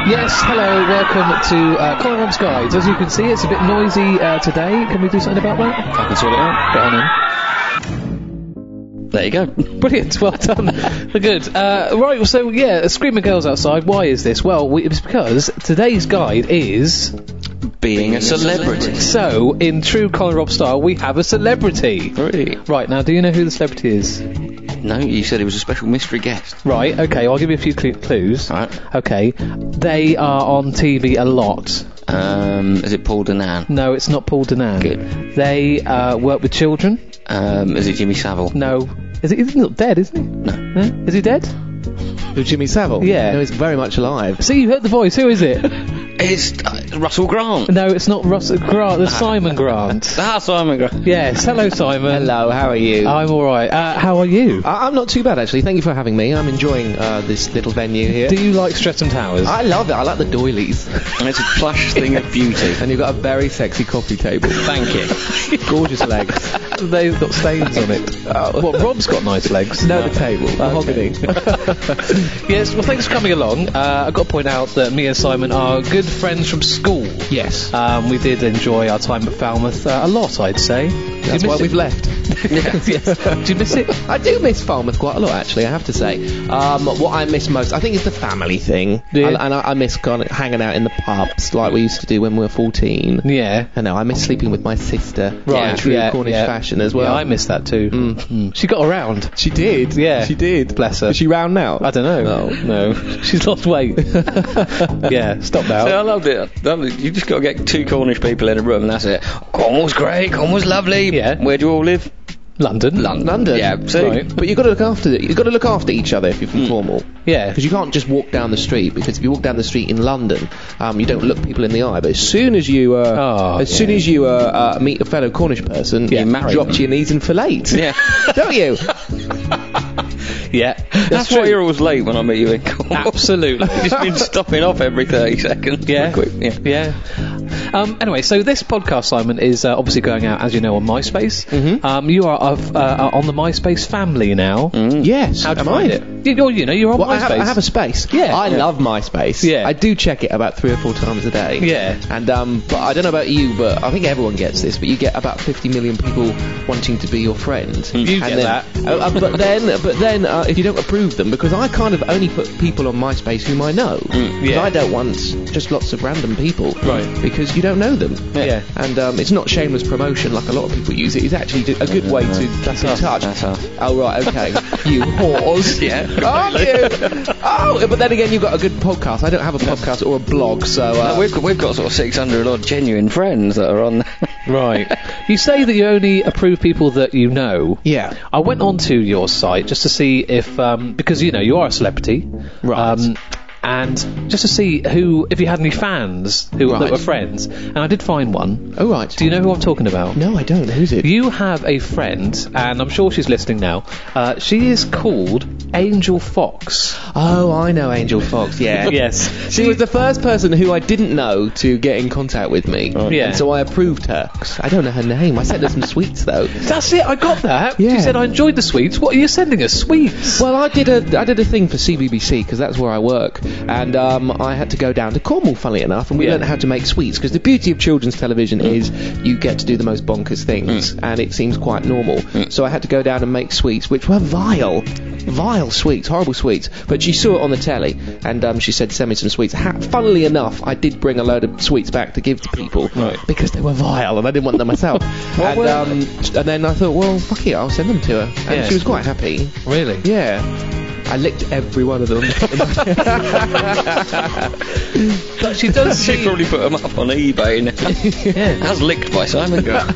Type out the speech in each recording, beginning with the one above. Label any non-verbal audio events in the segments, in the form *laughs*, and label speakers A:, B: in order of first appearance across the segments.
A: hello, welcome to uh, Colin Rum's Guides. As you can see, it's a bit noisy uh, today. Can we do something about that?
B: I can sort it out.
A: Get on in.
B: There you
A: *laughs*
B: go.
A: Brilliant, well
B: *laughs*
A: done. Good. Uh, right, so yeah, Screaming Girls Outside, why is this? Well, we, it's because today's guide is.
B: Being a celebrity.
A: So, in true Colin Rob style, we have a celebrity.
B: Three.
A: Right, now, do you know who the celebrity is?
B: No, you said it was a special mystery guest.
A: Right, okay, I'll give you a few clu- clues.
B: All right.
A: Okay, they are on TV a lot.
B: Um, is it Paul Danan?
A: No, it's not Paul Danan.
B: Good.
A: They uh, work with children.
B: Um, is it Jimmy Savile?
A: No. Is he, he's not dead, isn't
B: No.
A: he? No? Is he dead?
C: Who, Jimmy Savile?
A: Yeah.
C: No, he's very much alive.
A: See, you heard the voice. Who is
C: *laughs*
A: it?
B: It's uh, Russell Grant.
A: no, it's not Russell Grant. It's Simon Grant.
B: Ah, Simon Grant.
A: Yes. Hello, Simon.
C: Hello, how are you?
A: I'm all right. Uh, how are you?
C: I- I'm not too bad, actually. Thank you for having me. I'm enjoying uh, this little venue here.
A: Do you like Streatham Towers?
C: I love it. I like the doilies.
B: And it's a plush thing of beauty.
C: and you've got a very sexy coffee table.
B: Thank you.
C: *laughs* Gorgeous legs. Oh.
A: They've got stains on it. Well, Rob's got nice legs. Oh,
C: No, the table.
A: Okay.
C: Mahogany.
A: *laughs* yes, well, thanks for coming along. Uh, I've got to point out that me and Simon are good friends from school.
C: yes.
A: Um, we did enjoy our time at Falmouth uh, a lot, I'd say. Did you
C: That's
A: miss
C: why
A: it?
C: we've left.
A: *laughs* yes,
C: *laughs*
A: yes. Do you miss it?
C: I do miss Falmouth quite a lot, actually. I have to say. Um, what I miss most, I think, is the family thing.
A: Yeah.
C: And, and I, I miss kind of hanging out in the pubs like we used to do when we were 14.
A: Yeah.
C: I know. I miss sleeping with my sister.
A: Right.
C: In true
A: yeah,
C: Cornish
A: yeah.
C: fashion as well. Mm.
A: Yeah, I miss that too. She got around.
C: She did.
A: Yeah.
C: She did.
A: Bless her.
C: Is she round now?
A: I don't know. No,
C: *laughs*
A: no. She's lost weight. yeah, stop now.
B: Yeah, I loved it. That was- You just got to get two Cornish people in a room, and that's it. Cornwall's great. Cornwall's lovely.
A: Yeah.
B: Where do you all live?
A: London.
B: London.
C: London.
B: Yeah. See.
A: Right.
C: But you've got to look after it. You've got to look after each other if you're from
B: Hmm.
C: Cornwall.
A: Yeah.
C: Because you can't just walk down the street. Because if you walk down the street in London, um, you don't look people in the eye. But as soon as you, uh,
A: Oh,
C: as soon as you uh, uh, meet a fellow Cornish person,
A: Yeah,
C: you
B: marry
C: drop
B: them.
C: to your knees and fillet.
B: *laughs* Yeah.
C: don't *laughs* you?
A: Yeah.
B: That's,
A: true.
B: why you're always late when I meet you in Cornwall. *laughs*
A: Absolutely.
B: just been stopping off every 30 seconds.
A: Yeah.
B: Quick, yeah.
A: Yeah. Um, anyway, so this podcast, Simon, is uh, obviously going out, as you know, on MySpace. Mm-hmm. Um, you are of, uh, uh, on the MySpace family now.
C: Yes.
A: How do you
C: am
A: find
C: I?
A: it? You, you're- you know, you're on
C: Well, I
A: MySpace.
C: have, I have a space.
A: Yeah.
C: I
A: Yeah.
C: love MySpace.
A: Yeah.
C: I do check it about three or four times a day.
A: Yeah.
C: And um, but I don't know about you, but I think everyone gets this. But you get about 50 million people wanting to be your friend.
A: Hmm. You
C: and
A: get
C: then,
A: that.
C: Uh, uh, but then, but then, uh, if you don't approve them, because I kind of only put people on MySpace whom I know. Because
A: Hmm. yeah.
C: I don't want just lots of random people.
A: Right.
C: Because you don't know them.
A: Yeah.
C: And um, it's not shameless promotion like a lot of people use it. It's actually a good way to keep in
B: us,
C: touch.
B: that's us.
C: Oh right, okay. you whores.
B: Yeah,
C: Aren't
A: *laughs*
C: you? Oh, but then again, you've got a good podcast. I don't have a podcast or a blog, so uh,
B: No, we've, got, we've got sort of 600 odd genuine friends that are on there.
A: Right. you say that you only approve people that you know.
C: *laughs* yeah.
A: I went onto your site just to see if, um, because you know you are a celebrity,
C: Right.
A: Um, and just to see who, if you had any fans who that
C: Right.
A: were friends, and I did find one.
C: All Oh, right.
A: Do you know who I'm talking about?
C: No, I don't. Who's it?
A: You have a friend, and I'm sure she's listening now. Uh, she is called Angel
C: *laughs*
A: Fox.
C: Oh, I know Angel Fox.
B: *laughs*
C: Yeah.
A: yes,
C: She was the first person who I didn't know to get in contact with me.
A: Yeah.
C: And so I approved her. I don't know her name. I sent her some sweets though.
A: That's it. I got that.
C: Yeah.
A: She said I enjoyed the sweets. What are you sending us? Sweets.
C: Well, I did a I did a thing for CBBC because that's where I work, and um, I had to go down to Cornwall, funnily enough, and we
A: Yeah. Mm.
C: learned how to make sweets because the beauty of children's television is you get to do the most bonkers things, and it seems quite normal.
A: Mm.
C: So I had to go down and make sweets, which were vile, vile sweets, horrible sweets. But she saw it on the telly, and um, she said, "Send me some sweets." Ha- funnily enough, I did bring a load of sweets back to give to people
A: Right.
C: because they were vile, and I didn't want them myself.
A: *laughs*
C: and,
A: were-
C: um, and then I thought, well, fuck it, I'll send them to her, and
A: Yeah.
C: she was quite happy.
A: really?
C: Yeah. I licked every one
A: *laughs*
C: of them.
A: But she does.
C: *laughs*
B: She
A: seem-
B: probably put them up on eBay
A: *laughs*
B: now.
A: Yeah.
B: As licked by Simon *laughs* Grant.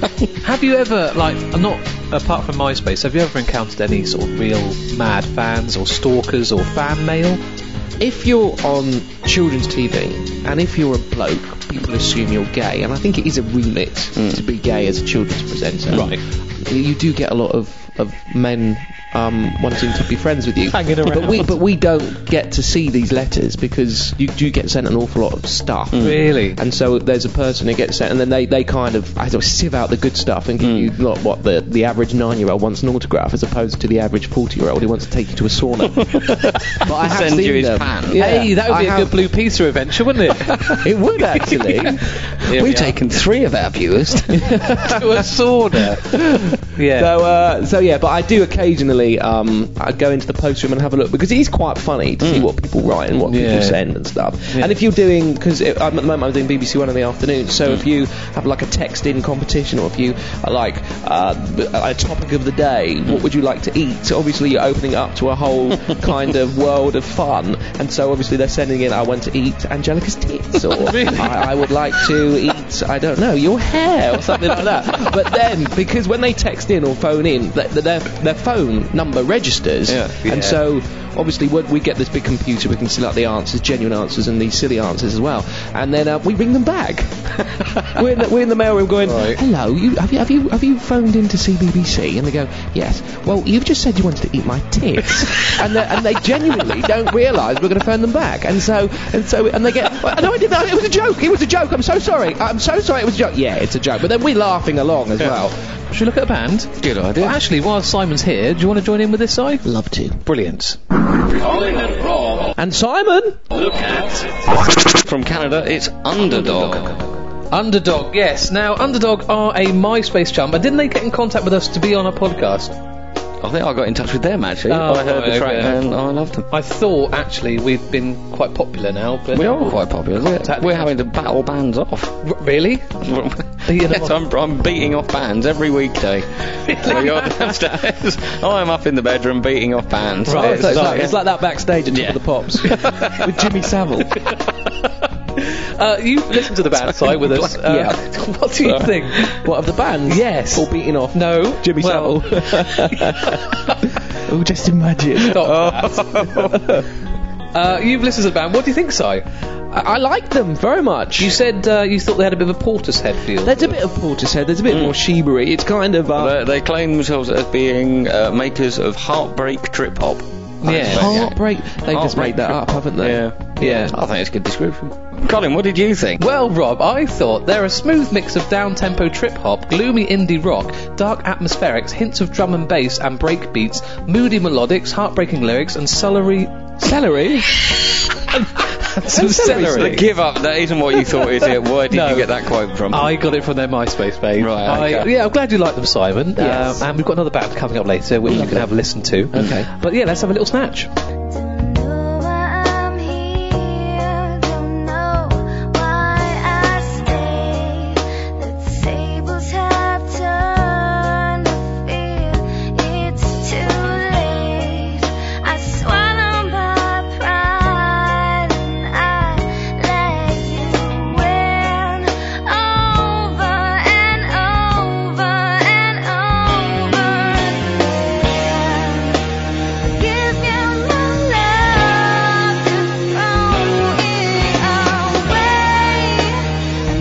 A: Have you ever, like, not apart from MySpace, have you ever encountered any sort of real mad fans or stalkers or fan mail?
C: Hmm. if you're on children's TV and if you're a bloke, people assume you're gay, and I think it is a remit to be gay as a children's presenter.
A: Mm. Right.
C: You do get a lot of of men um, wanting to be friends with you.
A: Hanging
C: But we
A: around.
C: but we don't get to see these letters because you do get sent an awful lot of stuff.
A: Really?
C: And so there's a person who gets sent, and then they, they kind of I don't know, sieve out the good stuff and give you
A: Mm.
C: not what the, the average nine year old wants an autograph as opposed to the average forty year old who wants to take you to
A: *laughs*
C: a sauna. but I have
B: Send you
C: seen
B: his
C: them.
B: pan.
C: Yeah,
A: hey, that would
C: I
A: be a
C: have-
A: good Blue Peter adventure, wouldn't
C: *laughs*
A: it?
C: It would actually.
A: *laughs* Here we
B: We've
A: are.
B: taken three of our viewers.
A: to a sauna. *laughs*
C: *laughs*
A: Yeah.
C: So, uh, so yeah, but I do occasionally um, I go into the post room and have a look because it is quite funny to see what people write and what
A: Mm. Yeah.
C: people send and stuff.
A: Yeah.
C: And if you're doing, because at the moment I'm doing BBC One in the afternoon, so if you have like a text in competition or if you are like uh, a topic of the day, what would you like to eat? Obviously, you're opening up to a whole kind of world of fun, and so obviously they're sending in, I want to eat Angelica's tits, or I, I would like to eat, I don't know, your hair, or something like that. But then, because when they text in or phone in, th- th- their, their phone number registers,
B: Yeah.
C: and
B: Yeah.
C: so so obviously when we get this big computer, we can select the answers, genuine answers, and these silly answers as well. And then uh, we bring them back. we're, in the, we're in the mailroom going,
A: Right.
C: "Hello, you have, you have you have you phoned in to see BBC?" And they go, "Yes." Well, you've just said you wanted to eat my tits, and they, and they genuinely don't realise we're going to phone them back. And so and so and they get, "Oh, "No, I didn't. It was a joke. It was a joke. I'm so sorry. I'm so sorry. It was a joke." Yeah, it's a joke. But then we're laughing along as well.
A: Should we look at a band? Good idea. Well, actually, while Simon's here, do you want to join in with this side?
C: Love to.
A: Brilliant.
C: And Simon.
B: From Canada, it's Underdog.
A: Underdog, yes. Now, Underdog are a MySpace chum, but didn't they get in contact with us to be on a podcast?
B: I think I got in touch with them actually.
A: Oh,
B: I heard
A: okay.
B: the track and I loved them.
A: I thought actually we'd been quite popular now, but
B: We are quite popular. We're,
A: Contact-
B: we're having to battle bands off.
A: R- really?
B: *laughs* yes, I'm, I'm beating off bands every weekday. so you're downstairs. *laughs* I'm up in the bedroom beating off bands.
A: Right,
B: It's
C: So it's,
B: like-
C: like, it's like that backstage at
B: Yeah.
C: Top of the Pops with Jimmy Savile.
A: *laughs* Uh, you listen to the band side with us. Uh, *laughs*
C: *laughs* Yeah.
A: what do you think?
C: What of the bands?
A: Yes.
C: All beating off.
A: No.
C: Jimmy
A: well, *laughs*
C: Savile. *laughs* oh, just imagine.
A: Stop that. Uh, you've listened to the band. What do you think, Si?
C: I, I like them very much.
A: You said uh, you thought they had a bit of a Portishead feel. Mm.
C: there's a bit of Portishead. There's a bit more Sheebery. It's kind of uh,
B: They, they claim themselves as being uh, makers of heartbreak trip hop.
A: yeah.
C: heartbreak. They've just
B: Heartbreak
C: made that up, haven't they?
B: Yeah.
C: Yeah.
B: I think it's a good description. Colin, what did you think?
A: Well, Rob, I thought they're a smooth mix of down-tempo trip-hop, gloomy indie rock, dark atmospherics, hints of drum and bass and break beats, moody melodics, heartbreaking lyrics, and celery...
C: *laughs*
A: Celery? and some
B: The
A: celery.
B: give up. That isn't what you thought, is it? Where did
A: No.
B: you get that quote from?
A: I got it from their MySpace page.
B: Right,
A: I-
B: okay.
A: yeah, I'm glad you like them, Simon.
C: Yes.
A: Um, and we've got another band coming up later, which you can have a listen to.
C: Okay.
A: But yeah, let's have a little snatch.
D: Know why I'm here, don't know why I stay. The tables have turned, I feel it's too late. I swallow my pride and I let you win over and over and over again. Give you my love and throw it away. I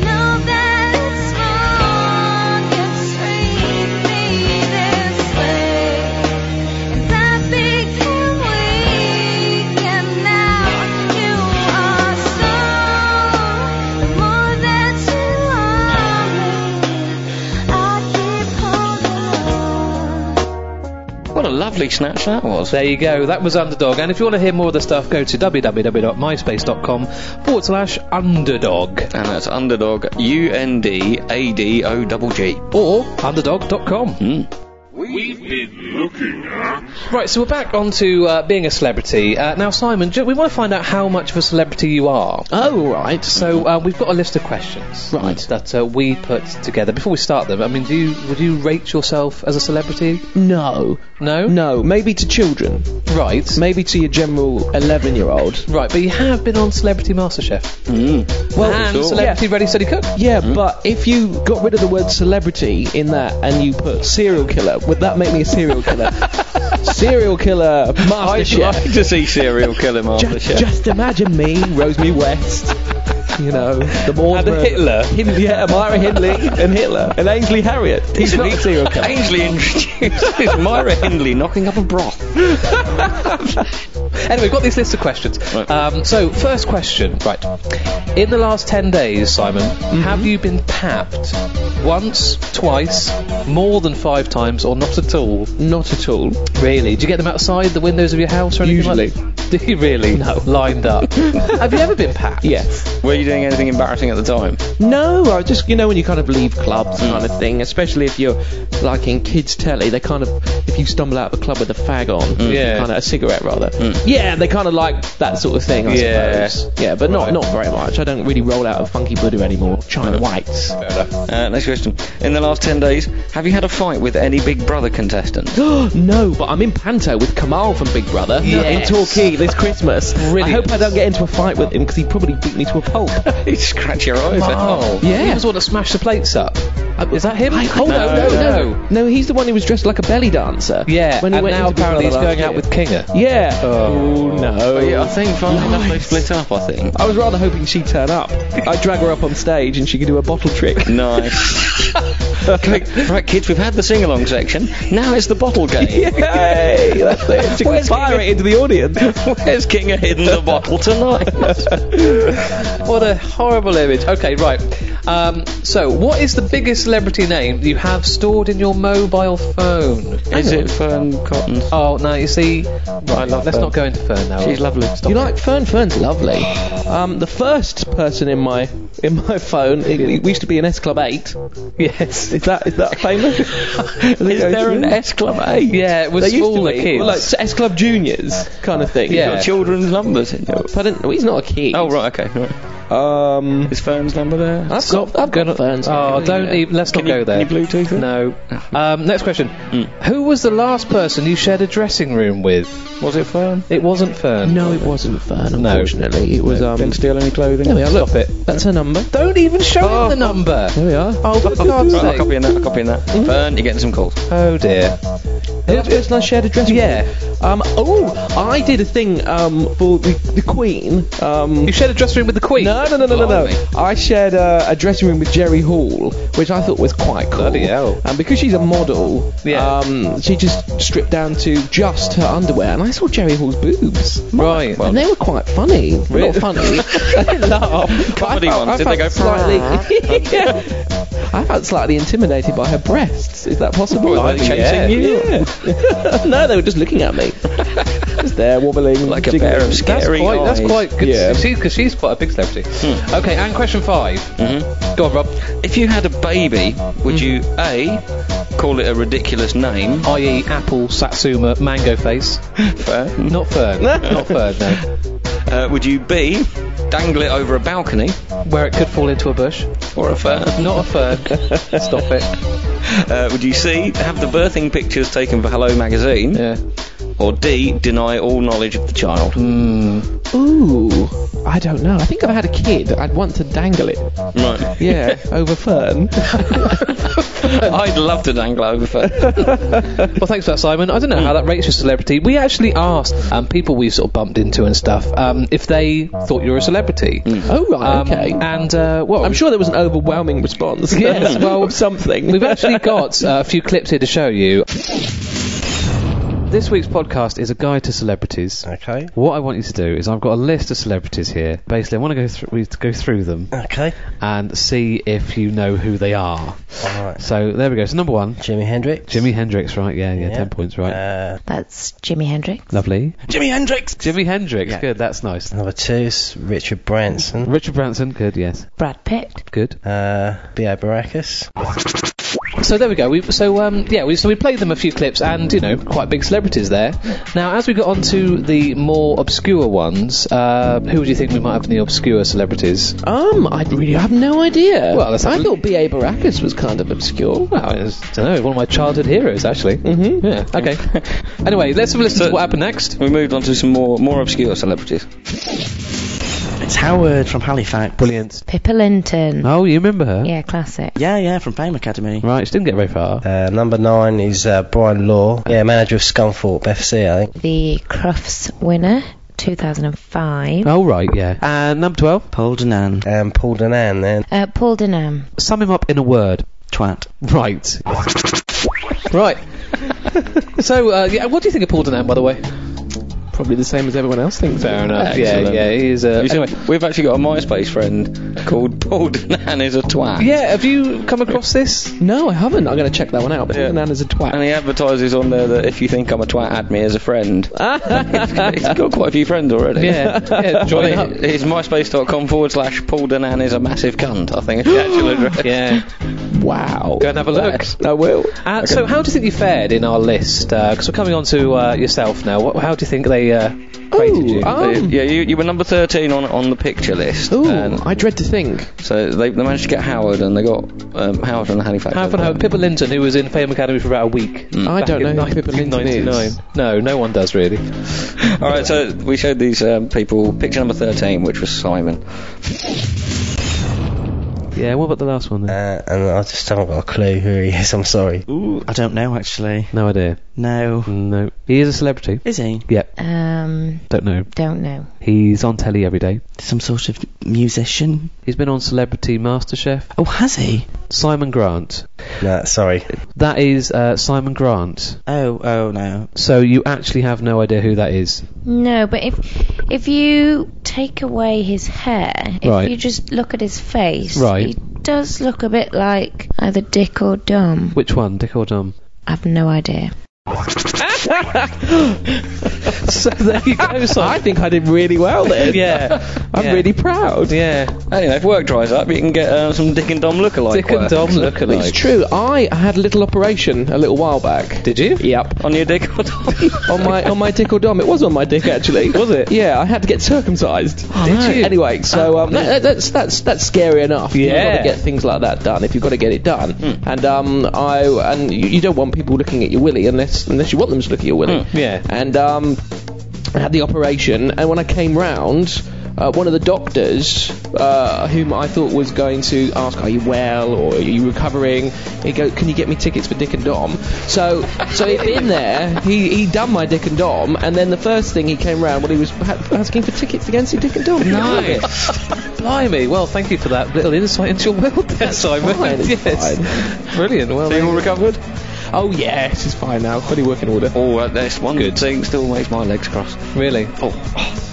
D: know that it's wrong you treat me this way. And I became weak, and now you are strong. The more that you harm me, I keep holding on.
B: what a lovely snatch that was.
A: There you go. That was Underdog. And if you want to hear more of the stuff, go to www.myspace.com forward slash underdog
B: And that's underdog. U N D A D O double G. Hmm.
A: or underdog.com.
E: We've been looking at
A: Right, so we're back on to uh, being a celebrity. Uh, now, Simon, ju- we want to find out how much of a celebrity you are.
C: Oh right.
A: So uh, we've got a list of questions
C: Right.
A: that uh, we put together. Before we start them, I mean, do you would you rate yourself as a celebrity?
C: No.
A: No,
C: No. Maybe to children.
A: right,
C: Maybe to your general 11 year old.
A: right. But you have been on Celebrity MasterChef
C: Well,
A: and
C: Mm. yeah.
A: Celebrity Ready Steady Cook.
C: Yeah, but if you got rid of the word celebrity in that and you put serial killer, would that make me a serial *laughs* killer? serial killer, master
B: I'd *laughs*
C: chef.
B: like to see serial killer master
C: Just,
B: chef.
C: just imagine me, Rosemary West, you know, the more
A: And Hitler.
C: Hind- *laughs* yeah, Amira Hindley and Hitler and Ainsley Harriet. He's
B: Isn't
C: not a
B: he?
C: serial killer.
B: Ainsley introduces Myra Hindley knocking up a broth.
A: Anyway, we've got these lists of questions.
B: Right.
A: Um, so, first question, right? In the last ten days, Simon,
C: Mm-hmm.
A: have you been tapped once, twice, more than five times, or not at all?
C: Not at all.
A: Really? Do you get them outside the windows of your house or anything like that? *laughs* Do you really? No. Lined
C: *laughs*
A: up. Have you ever been packed?
C: Yes.
B: Were you doing anything embarrassing at the time?
C: No, I just you know when you kind of leave clubs
A: Mm.
C: kind of thing, especially if you're like in kids telly, they kind of if you stumble out of a club with a fag on,
A: Mm. Yeah. Mm.
C: kind of a cigarette rather. Yeah, they kind of like that sort of thing, I
A: Yeah.
C: suppose. Yeah, but not not very much. I don't really roll out of funky Buddha anymore.
A: Mm.
C: China whites.
B: Uh, next question. In the last 10 days, have you had a fight with any Big Brother contestant?
C: no, but I'm in Panto with Kamal from Big Brother
A: Yes.
C: in Torquay this Christmas. I hope I don't get into a fight with him because he probably beat me to a *laughs* pulp.
B: you scratch your eyes
A: Oh,
B: out.
C: Yeah. Uh,
A: He was the one that smashed the plates up. Is that him?
C: I-
A: oh, no, no, no,
C: No, he's the one who was dressed like a belly dancer.
A: Yeah,
C: when he
A: and
C: went
A: now
C: into Big
A: apparently he's
C: Brother
A: going
C: last
A: out
C: year.
A: with Kinga.
C: Yeah.
A: Oh.
C: no.
B: Yeah, I think finally enough they split up, I think.
C: I was rather hoping she'd turn up. I'd drag her up on stage and she could do a bottle *laughs* trick.
B: Nice. *laughs* Click. Right, kids, we've had the sing along section. Now it's the bottle *laughs* game.
C: Yay! That's it. She could
B: Where's
C: fire
B: Kinga?
C: it into the audience.
B: Where's King of Hidden the Bottle tonight?
A: What a horrible image. Okay, right. Um, so, what is the biggest celebrity name you have stored in your mobile phone?
B: *laughs* Is it Fern Cotton?
A: Oh, no, you see, right, let's not go into Fern now.
B: She's lovely. Stop
C: You like Fern? Fern's lovely. Um, the first person in my in my phone, it, it used to be an S Club Eight. *laughs*
A: Yes.
C: Is that is that famous? is
B: there an S Club 8?
A: Yeah, it was
C: They used
A: smaller
C: to be,
A: kids.
C: like S Club Juniors kind of thing.
A: Yeah.
B: Got children's numbers in there.
C: But I don't, well, he's not a kid.
B: Oh, right, okay. Right.
C: Um,
B: Is Fern's number there?
C: I've got I've got Fern's.
A: Oh, don't
C: e-,
A: even. Let's not
B: Can you-
A: go there.
B: can you Bluetooth it?
A: No. Um, next question. Who was the last person you shared a dressing room with?
B: Was it Fern?
A: It wasn't Fern.
C: No, it wasn't Fern. Unfortunately, it was um.
B: Didn't steal any clothing?
C: There we are. Look, it. That's her number.
A: Don't even show him
C: Oh.
A: the number.
C: There we are.
A: Oh, for God's
B: *laughs* Right, I'm
A: sake.
B: copying that, Mm-hmm. I'm copying that. Fern, you're getting some calls.
A: Oh dear.
C: The last person I shared a dress
A: Yeah.
C: with. Um. Oh, I did a thing um for the, the Queen. Um.
A: You shared a dressing room with the Queen.
C: No, no, no, no, no, no.
B: Blimey.
C: I shared uh, a dressing room with Jerry Hall, which I thought was quite cool.
A: Bloody hell.
C: And because she's a model,
A: Yeah.
C: um, she just stripped down to just her underwear, and I saw Jerry Hall's boobs.
A: Right.
C: and they were quite funny.
A: Really?
B: *laughs*
C: Not funny. I laugh.
B: Comedy
C: I felt-
B: ones,
C: I
B: did they
C: felt
B: go, *laughs*
C: slightly? *laughs* Yeah. I felt slightly intimidated by her breasts. Is that possible?
B: Were they chasing
C: yeah.
B: you?
C: Yeah. *laughs* no, they were just
B: *laughs*
C: looking at me. just there wobbling
B: Like a
C: jiggling.
B: pair of scary
A: That's quite, that's
B: eyes.
A: quite good.
C: Yeah.
A: Because she's quite a big celebrity. Okay, and question 5 Go on, Rob.
B: If you had a baby, would you A, call it a ridiculous name?
A: I.e., E, Apple, Satsuma, Mango Face.
B: Fern.
A: Not Fern. Not Fern, no.
B: Uh, would you B, dangle it over a balcony?
A: Where it could fall into a bush.
B: Or a fern?
A: Not a Fern. Stop it.
B: Uh, would you C, have the birthing pictures taken for Hello Magazine?
A: Yeah.
B: Or D, deny all knowledge of the child?
C: *laughs* Ooh, I don't know. I think if I had a kid, I'd want to dangle it.
B: Right. *laughs*
C: Yeah, *laughs* over Fern.
B: I'd love to dangle over Fern.
A: Well, thanks for that, Simon. I don't know how that rates your celebrity. We actually asked um, people we sort of bumped into and stuff um, if they thought you were a celebrity.
C: Oh right,
A: Um,
C: okay.
A: And, uh, well,
C: I'm sure there was an overwhelming response. *laughs*
A: Yes, well-
C: Of something.
A: We've actually got uh, a few clips here to show you. This week's podcast is a guide to celebrities.
F: Okay.
A: What I want you to do is I've got a list of celebrities here. Basically, I want to go through we go through them
F: Okay.
A: and see if you know who they are.
F: All right.
A: So there we go. So number one,
F: Jimi Hendrix.
A: Jimi Hendrix, right? Yeah, yeah,
F: Yeah.
A: ten points, right?
F: Uh,
G: That's Jimi Hendrix.
A: Lovely.
F: Jimi Hendrix.
A: Jimi Hendrix, good. That's nice.
F: Number two is Richard Branson.
A: Richard Branson, good. Yes,
G: Brad Pitt.
A: good.
F: Uh, B.A. Baracus.
A: So there we go. We, so um, yeah, we, so we played them a few clips, and you know, quite big celebrities there. Now, as we got on to the more obscure ones, uh, who do you think we might have in the obscure celebrities?
C: um, I really have no idea.
A: Well, that's-
C: I thought B.A. Baracus was kind of obscure.
A: Well, I don't know. One of my childhood heroes, actually. Mm-hmm. Yeah.
C: *laughs*
A: Okay. anyway, let's have a listen to
B: So-
A: what happened next.
B: we moved on to some more more obscure celebrities.
F: It's Howard from Halifax.
A: Brilliant.
G: Pippa Linton.
A: Oh, you remember her?
G: Yeah, classic.
F: Yeah, yeah, from Fame Academy.
A: Right. She didn't get very far.
F: Uh, number nine is uh, Brian Law. Yeah, manager of Scunthorpe FC, I think.
G: The Crufts winner, 2005.
C: Oh, right,
F: yeah.
C: And number 12?
F: Paul Denan. Um, Paul Denan then.
G: Uh, Paul Denham.
C: Sum him up in a word.
F: Twat.
C: Right. right. *laughs* so, uh, yeah, what do you think of Paul Denham, by the way? Probably the same as everyone else thinks.
B: Fair enough.
C: Yeah,
B: Excellent.
C: yeah, he is uh, a.
B: Uh, You see, we've actually got a MySpace friend called Paul *laughs* Denan is a twat.
C: yeah, have you come across this? No, I haven't. I'm going to check that one out. Paul
B: Yeah.
C: Denan is a
B: And
C: twat.
B: he advertises on there that if you think I'm a twat, add me as
A: *laughs*
B: a friend. he's got quite a few friends already.
C: *laughs* Yeah,
B: *laughs*
C: *laughs* yeah, join
B: I
C: up.
B: think it's myspace.com forward slash Paul Denan is a massive cunt, I think is the
A: *gasps*
B: actual address.
C: Yeah. Wow.
B: Go and have a look.
C: I will. Uh, So, how do you think you fared in our list? Because we're coming on to uh, yourself now. What, how do you think they uh, rated you?
A: Oh.
B: Uh, yeah, you, you were number 13 on, on the picture list.
C: Ooh,
B: and
A: Hmm,
C: I dread to think.
B: so they, they managed to get Howard and they got um, Howard from the Halifax.
A: Have fun, Howard. Pippa Linton, who was in Fame Academy for about a week.
C: I
A: Back
C: don't
A: in
C: know who Pippa Linton is.
A: 99. No, no one does really.
B: All right, so we showed these um, people picture number 13, which was Simon.
A: Yeah, what about the last one then?
F: Uh, and I just haven't got a clue who he is. *laughs* I'm sorry. Ooh, I don't know actually.
A: No idea.
F: No.
A: No. He is a celebrity.
F: Is he
G: Um,
A: Don't know.
G: don't know.
A: He's on telly every day.
F: some sort of musician?
A: He's been on Celebrity MasterChef.
F: Oh, has he?
A: Simon Grant.
F: No, sorry.
A: That is uh, Simon Grant.
F: Oh, oh no.
A: So you actually have no idea who that is.
G: No, but if if you take away his hair, if
A: Right.
G: you just look at his face,
A: Right.
G: he does look a bit like either Dick or Dumb.
A: Which one, Dick or Dom?
G: I've no idea.
A: *laughs* so there you *laughs* go,
C: I think I did really well
A: *laughs*
C: then.
A: yeah.
C: I'm
A: Yeah.
C: really proud.
A: Yeah.
B: Anyway, if work dries up, you can get uh, some Dick and Dom lookalike.
A: Dick and
B: work.
A: Dom lookalike.
C: It's true. I had a little operation a little while back.
A: Did you?
C: Yep.
B: On your Dick or Dom.
C: on my on my dick or dom. It was on my dick actually. was it? Yeah, I had to get circumcised.
A: Oh, no. you?
C: Anyway, so um, that, that's that's that's scary enough.
A: Yeah. Hmm.
C: You've got to get things like that done if you've got to get it done. And um, I and you, you don't want people looking at your willy unless unless you want them to look at your willy.
A: *laughs* yeah.
C: And um, I had the operation, and when I came round. Uh, one of the doctors, uh, whom I thought was going to ask, "Are you well? Or are you recovering?" He go, "Can you get me tickets for Dick and Dom?" So, so in there, he he done my Dick and Dom, and then the first thing he came round when he was ha- asking for tickets against see Dick and Dom.
A: Nice. Blimey. Well, thank you for that little insight into your world there, Simon.
C: fine, it's
A: *laughs* yes. Brilliant. Well,
B: Being all recovered?
C: Oh yeah, she's fine now. Fully working order.
B: Oh, uh, that's one good thing. Still makes my legs cross.
A: really. Oh,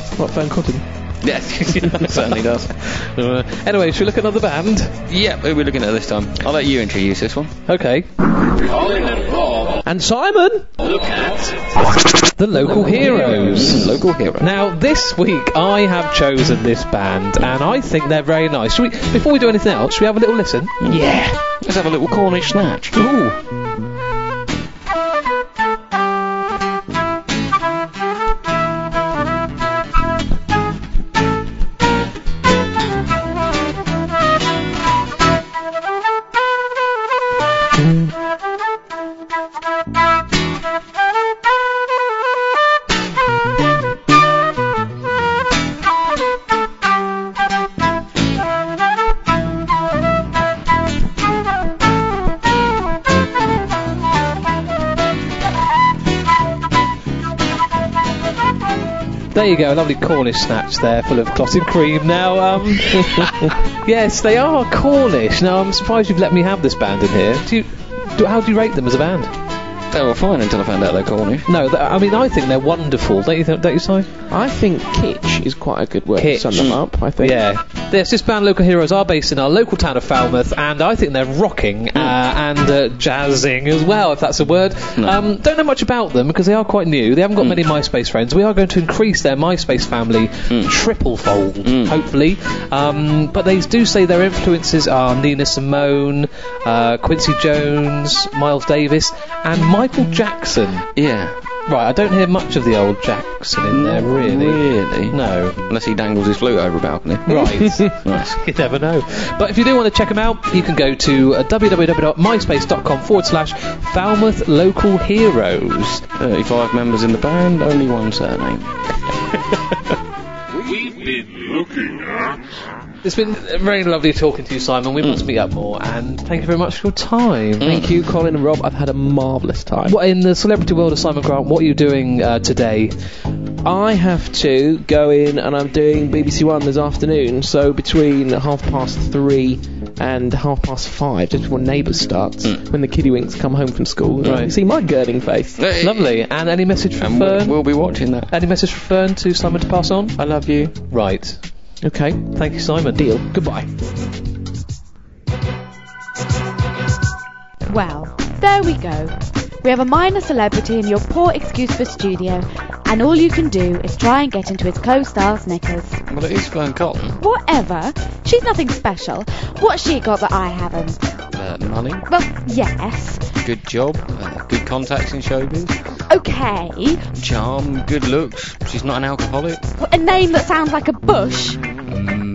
B: *laughs*
C: What phone cotton?
B: Yes, it *laughs* certainly does.
A: Uh, anyway, should we look at another band?
B: Yeah, who are we looking at this time? I'll let you introduce this one.
A: Okay.
E: Colin and Bob
C: And Simon,
E: look at
A: The Local
B: Oh,
A: Heroes.
B: Local hero.
A: Now, this week I have chosen this band, and I think they're very nice. Should we, before we do anything else, should we have a little listen?
B: Let's have a little Cornish snatch.
A: Ooh. There you go, a lovely Cornish snatch there, full of clotted cream. Now, um, *laughs* yes, they are Cornish. Now, I'm surprised you've let me have this band in here. Do you, do, how do you rate them as a band?
B: They were fine until I found out they're Cornish.
A: No, th- I mean I think they're wonderful. Don't you think? Don't you, Si?
C: I think kitsch is quite a good word
A: Kitsch.
C: to sum them up. I think.
A: Hmm. Yeah. Yes, this band, Local Heroes, are based in our local town of Falmouth, and I think they're rocking uh, and uh, jazzing as well, if that's a word. Um, don't know much about them because they are quite new. They haven't got many MySpace friends. We are going to increase their MySpace family triple fold, hopefully. Um, but they do say their influences are Nina Simone, uh, Quincy Jones, Miles Davis, and Michael Jackson.
B: Yeah.
A: Right, I don't hear much of the old Jackson in there, really.
B: Really?
A: No.
B: Unless he dangles his flute over a *laughs* balcony.
C: *laughs*
A: Right. *laughs*
B: Nice.
A: You never know. But if you do want to check them out, you can go to uh, www.myspace.com forward slash Falmouth Local Heroes.
B: 35 members in the band, only one surname.
E: We've been looking at
A: It's been very lovely talking to you, Simon. We must meet up more. And thank you very much for your time.
C: Mm. Thank you, Colin and Rob. I've had a marvellous time.
A: What in the celebrity world of Simon Grant? What are you doing uh, today?
C: I have to go in and I'm doing BBC One this afternoon, so between half past three and half past five, just before Neighbours starts, when the kiddywinks come home from school,
A: Hmm. Right.
C: you see my girding face.
A: Lovely. And any message from
B: And we'll,
A: Fern?
B: we'll be watching that.
A: Any message from Fern to Simon to pass on?
C: I love you.
A: Right.
C: Okay,
A: Thank you, Simon.
C: deal. Goodbye.
H: Well, there we go. We have a minor celebrity in your poor excuse for studio, and all you can do is try and get into his co-star's knickers.
B: Well, it is Fern Cotton.
H: Whatever. She's nothing special. What's she got that I haven't?
B: Uh, money,
H: Well, yes.
B: good job, uh, good contacts in showbiz,
H: Okay.
B: charm, good looks. She's not an alcoholic.
H: A name that sounds like a bush. Oh,